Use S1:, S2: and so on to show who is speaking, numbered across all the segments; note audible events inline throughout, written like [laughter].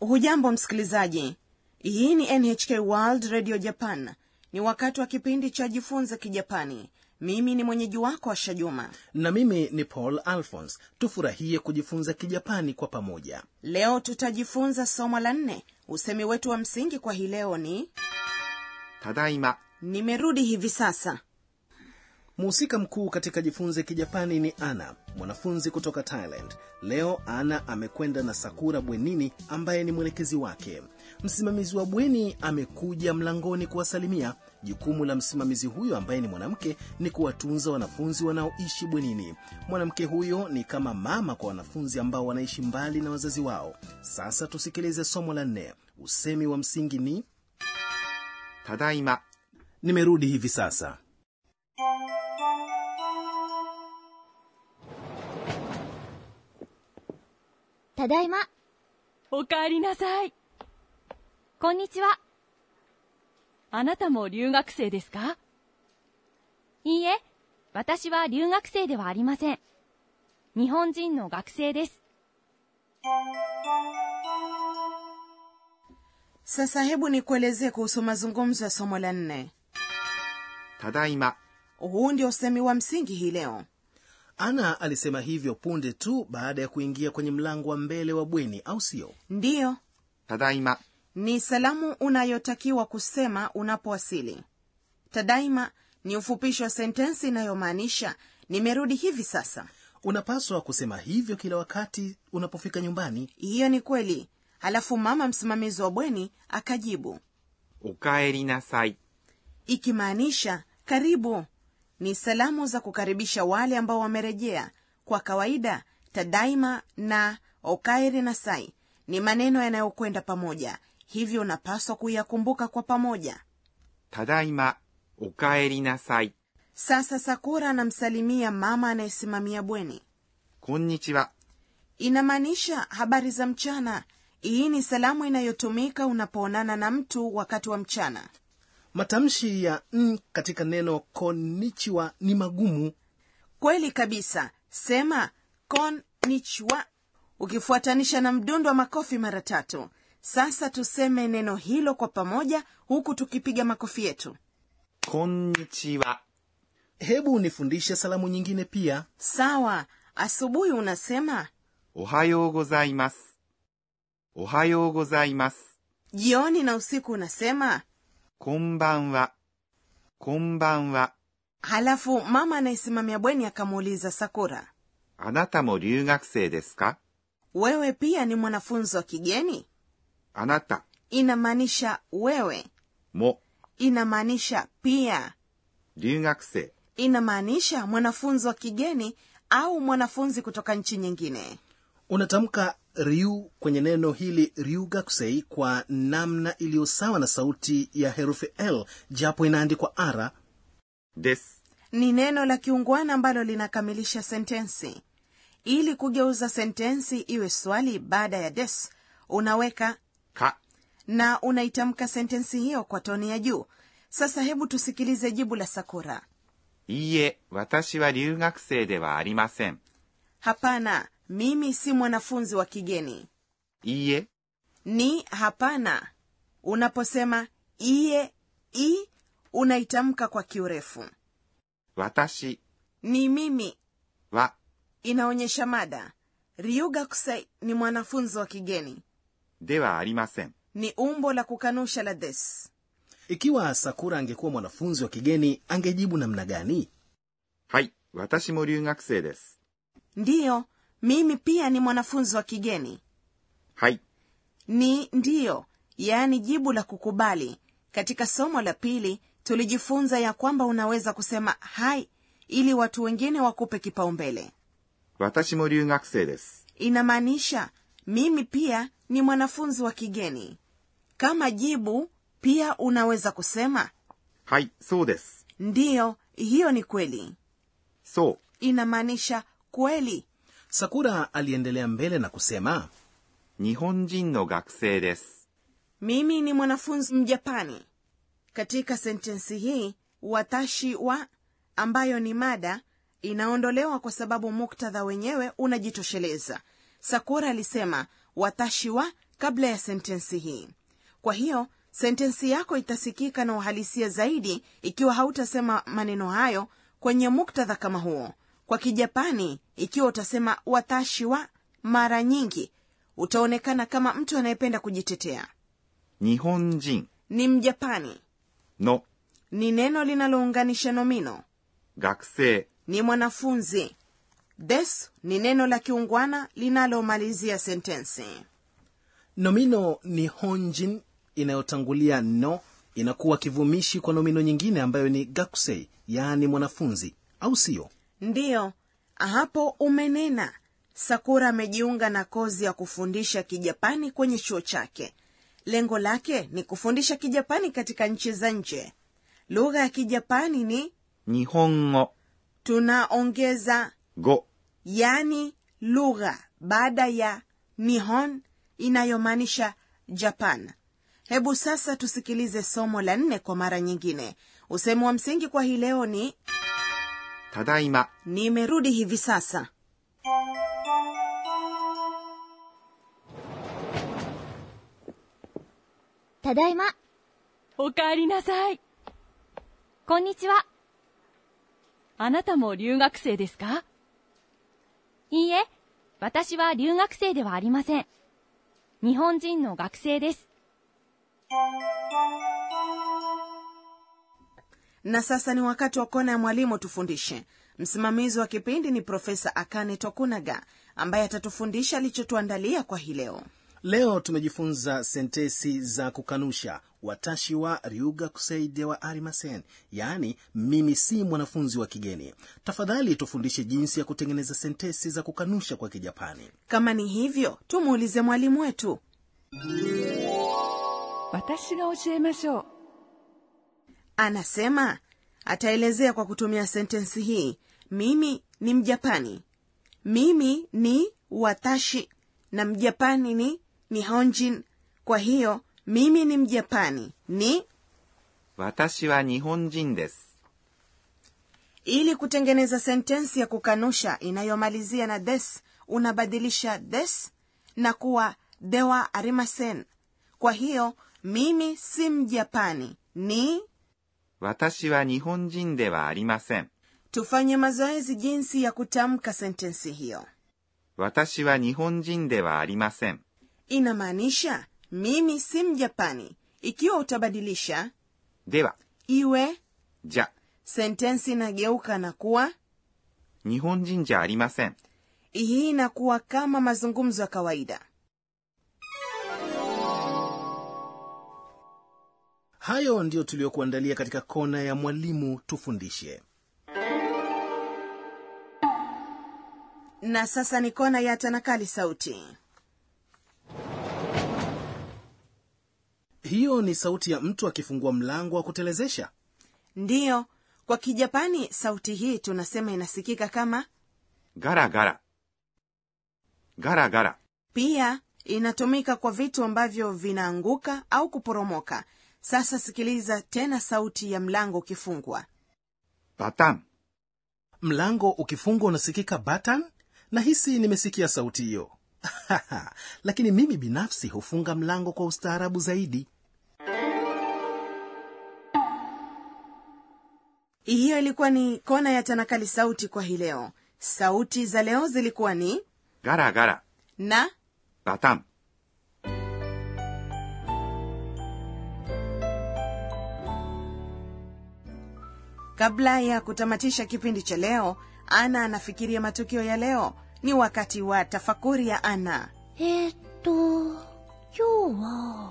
S1: hujambo msikilizaji hii ni nhk world radio japan ni wakati wa kipindi cha jifunze kijapani mimi ni mwenyeji wako asha juma
S2: na mimi ni paul alphons tufurahie kujifunza kijapani kwa pamoja
S1: leo tutajifunza somo la nne usemi wetu wa msingi kwa hii leo ni
S3: ただいま
S1: nimerudi hivi sasa
S2: mhusika mkuu katika jifunze kijapani ni ana mwanafunzi kutoka thailand leo ana amekwenda na sakura bwenini ambaye ni mwelekezi wake msimamizi wa bweni amekuja mlangoni kuwasalimia jukumu la msimamizi huyo ambaye ni mwanamke ni kuwatunza wanafunzi wanaoishi bwenini mwanamke huyo ni kama mama kwa wanafunzi ambao wanaishi mbali na wazazi wao sasa tusikilize somo la nne usemi wa msingi ni
S3: ただいま
S2: nimerudi hivi sasa
S4: ただいま。
S5: おかえりなさい。
S4: こんにちは。
S5: あなたも留学生ですか
S4: いいえ、私は留学生ではありません。日本人の学生です。
S1: sasa hebu nikuelezee kuhusu mazungumzo ya somo la nne
S3: ただいま
S1: huu ndio usemi wa msingi hii leo
S2: ana alisema hivyo punde tu baada ya kuingia kwenye mlango wa mbele wa bweni au sio
S1: ndiyo
S3: ただいま
S1: ni salamu unayotakiwa kusema unapowasili tadaima ni ufupisho wa sentensi inayomaanisha nimerudi hivi sasa
S2: unapaswa kusema hivyo kila wakati unapofika nyumbani
S1: hiyo ni kweli halafu mama msimamizi wa bweni akajibu
S3: おかえりなさい
S1: ikimaanisha karibu ni salamu za kukaribisha wale ambao wamerejea kwa kawaida tadaima na okairi na sai ni maneno yanayokwenda pamoja hivyo unapaswa kuyakumbuka kwa pamoja
S3: ただいまおかえりなさい
S1: sasa sakura anamsalimia mama anayesimamia bweni
S3: こんにちは
S1: inamaanisha habari za mchana hii ni salamu inayotumika unapoonana na mtu wakati wa mchana
S2: matamshi ya n katika neno konichiwa ni magumu
S1: kweli kabisa sema konnichiwa ukifuatanisha na mdundo wa makofi mara tatu sasa tuseme neno hilo kwa pamoja huku tukipiga makofi yetu
S3: こんにちは
S2: hebu nifundishe salamu nyingine pia
S1: sawa asubuhi unasema
S3: おはようございますおはようございます
S1: jioni na usiku unasema
S3: こんばんはこんばんは
S1: halafu mama anayesimamia bweni akamuuliza sakura
S3: あなたも留学生ですか
S1: wewe pia ni mwanafunzi wa kigeni
S3: あなた
S1: inamaanisha wewe
S3: も
S1: inamaanisha pia
S3: 留学生
S1: inamaanisha mwanafunzi wa kigeni au mwanafunzi kutoka nchi nyingine
S2: unatamka ryu kwenye neno hili ryugakusei kwa namna iliyo sawa na sauti ya herufi l japo inaandikwa r
S3: です。
S1: ni neno la kiungwana ambalo linakamilisha sentensi ili kugeuza sentensi iwe swali baada ya des unaweka
S3: か、
S1: na unaitamka sentensi hiyo kwa toni ya juu sasa hebu tusikilize jibu la sakura
S3: いいえ、私は留学生ではありません。
S1: hapana mimi si mwanafunzi wa kigeni
S3: いいえ、
S1: ni hapana unaposema iye i unaitamka kwa kiurefu
S3: 私
S1: ni mimi
S3: は
S1: inaonyesha mada ryuga kusai ni mwanafunzi wa kigeni
S3: ではありません。
S1: ni umbo la kukanusha la this
S2: ikiwa sakura angekuwa mwanafunzi wa kigeni angejibu namna gani
S3: はい、私も留学生です。
S1: ndiyo mimi pia ni mwanafunzi wa kigeni
S3: はい、
S1: ni ndiyo yaani jibu la kukubali katika somo la pili tulijifunza ya kwamba unaweza kusema hai ili watu wengine wakupe kipaumbele
S3: 私も留学生です。
S1: inamaanisha mimi pia ni mwanafunzi wa kigeni kama jibu pia unaweza kusema
S3: はい、そうです。
S1: ndiyo hiyo ni kweli
S3: そう、
S1: inamaanisha kweli
S2: sakura aliendelea mbele na kusema
S3: 日本人の学生です。
S1: mimi ni mwanafunzi mjapani katika sentensi hii watashi wa ambayo ni mada inaondolewa kwa sababu muktadha wenyewe unajitosheleza sakura alisema watashi wa kabla ya sentensi hii kwa hiyo sentensi yako itasikika na uhalisia zaidi ikiwa hautasema maneno hayo kwenye muktadha kama huo kwa kijapani ikiwa utasema watashi wa mara nyingi utaonekana kama mtu anayependa kujitetea
S3: 日本人
S1: ni mjapani
S3: の
S1: ni neno linalounganisha nomino
S3: 学生
S1: ni mwanafunzi des ni neno la kiungwana linalomalizia sentensi
S2: nomino ni honjin inayotangulia no inakuwa kivumishi kwa nomino nyingine ambayo ni gakusei yaani mwanafunzi au siyo
S1: ndiyo hapo umenena sakura amejiunga na kozi ya kufundisha kijapani kwenye chuo chake lengo lake ni kufundisha kijapani katika nchi za nje lugha ya kijapani ni
S3: 日本語
S1: tunaongeza
S3: 語
S1: yani lugha baada ya nihon inayomaanisha japan hebu sasa tusikilize somo la nne kwa mara nyingine usemo wa msingi kwa hii leo ni
S3: ただいま
S1: nimerudi hivi sasa
S6: ただいま。
S5: おかえりなさい。
S4: こんにちは。
S5: あなたも留学生ですか
S4: いいえ、私は留学生ではありません。日本人の学生です。
S1: na sasa ni wakati wa kona ya mwalimu tufundishe msimamizi wa kipindi ni profesa akane tokunaga ambaye atatufundisha alichotuandalia kwa hii leo
S2: leo tumejifunza sentesi za kukanusha watashi wa ryuga kusaide wa arimasen yaani mimi si mwanafunzi wa kigeni tafadhali tufundishe jinsi ya kutengeneza sentesi za kukanusha kwa kijapani
S1: kama ni hivyo tumuulize mwalimu wetu
S5: 私が教えましょう。
S1: anasema ataelezea kwa kutumia sentensi hii mimi ni mjapani mimi ni watashi na mjapani ni nihonjin kwa hiyo mimi ni mjapani ni
S3: 私は日本人です
S1: ili kutengeneza sentensi ya kukanusha inayomalizia na des unabadilisha des na kuwa dewa arimasen kwa hiyo mimi si mjapani ni
S3: 私は日本人ではありません
S1: tufanye mazoezi jinsi ya kutamka sentensi hiyo
S3: 私は日本人ではありません
S1: inamaanisha mimi si mjapani ikiwa utabadilisha
S3: では
S1: iwe
S3: じゃ
S1: sentensi inageuka na kuwa
S3: 日本人じゃありません
S1: hii inakuwa kama mazungumzo ya kawaida
S2: hayo ndiyo tuliyokuandalia katika kona ya mwalimu tufundishe
S1: na sasa ni kona ya tanakali sauti
S2: hiyo ni sauti ya mtu akifungua mlango wa kutelezesha
S1: ndiyo kwa kijapani sauti hii tunasema inasikika kama
S3: ガラガラガラガラ
S1: pia inatumika kwa vitu ambavyo vinaanguka au kuporomoka sasa sikiliza tena sauti ya mlango ukifungwa
S3: バタン
S2: mlango ukifungwa unasikika batan nahisi nimesikia sauti hiyo [laughs] lakini mimi binafsi hufunga mlango kwa ustaarabu zaidi
S1: hiyo ilikuwa ni kona ya tanakali sauti kwa hii leo sauti za leo zilikuwa ni
S3: ガラガラ
S1: na
S3: バタン
S1: kabla ya kutamatisha kipindi cha leo ana anafikiria matukio ya leo ni wakati wa tafakuri ya ana
S6: えーっと、今日は、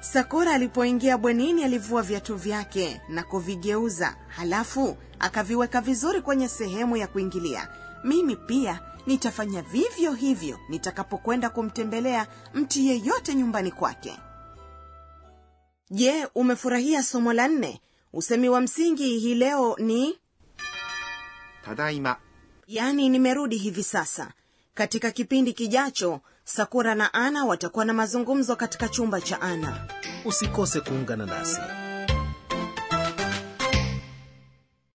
S1: sakura alipoingia bwenini alivua viatu vyake na kuvigeuza halafu akaviweka vizuri kwenye sehemu ya kuingilia mimi pia nitafanya vivyo hivyo nitakapokwenda kumtembelea mtu yeyote nyumbani kwake je umefurahia somo la nne usemi wa msingi hii leo ni
S3: ただいま
S1: yaani nimerudi hivi sasa katika kipindi kijacho sakura na ana watakuwa na mazungumzo katika chumba cha ana
S2: usikose kuungana nasi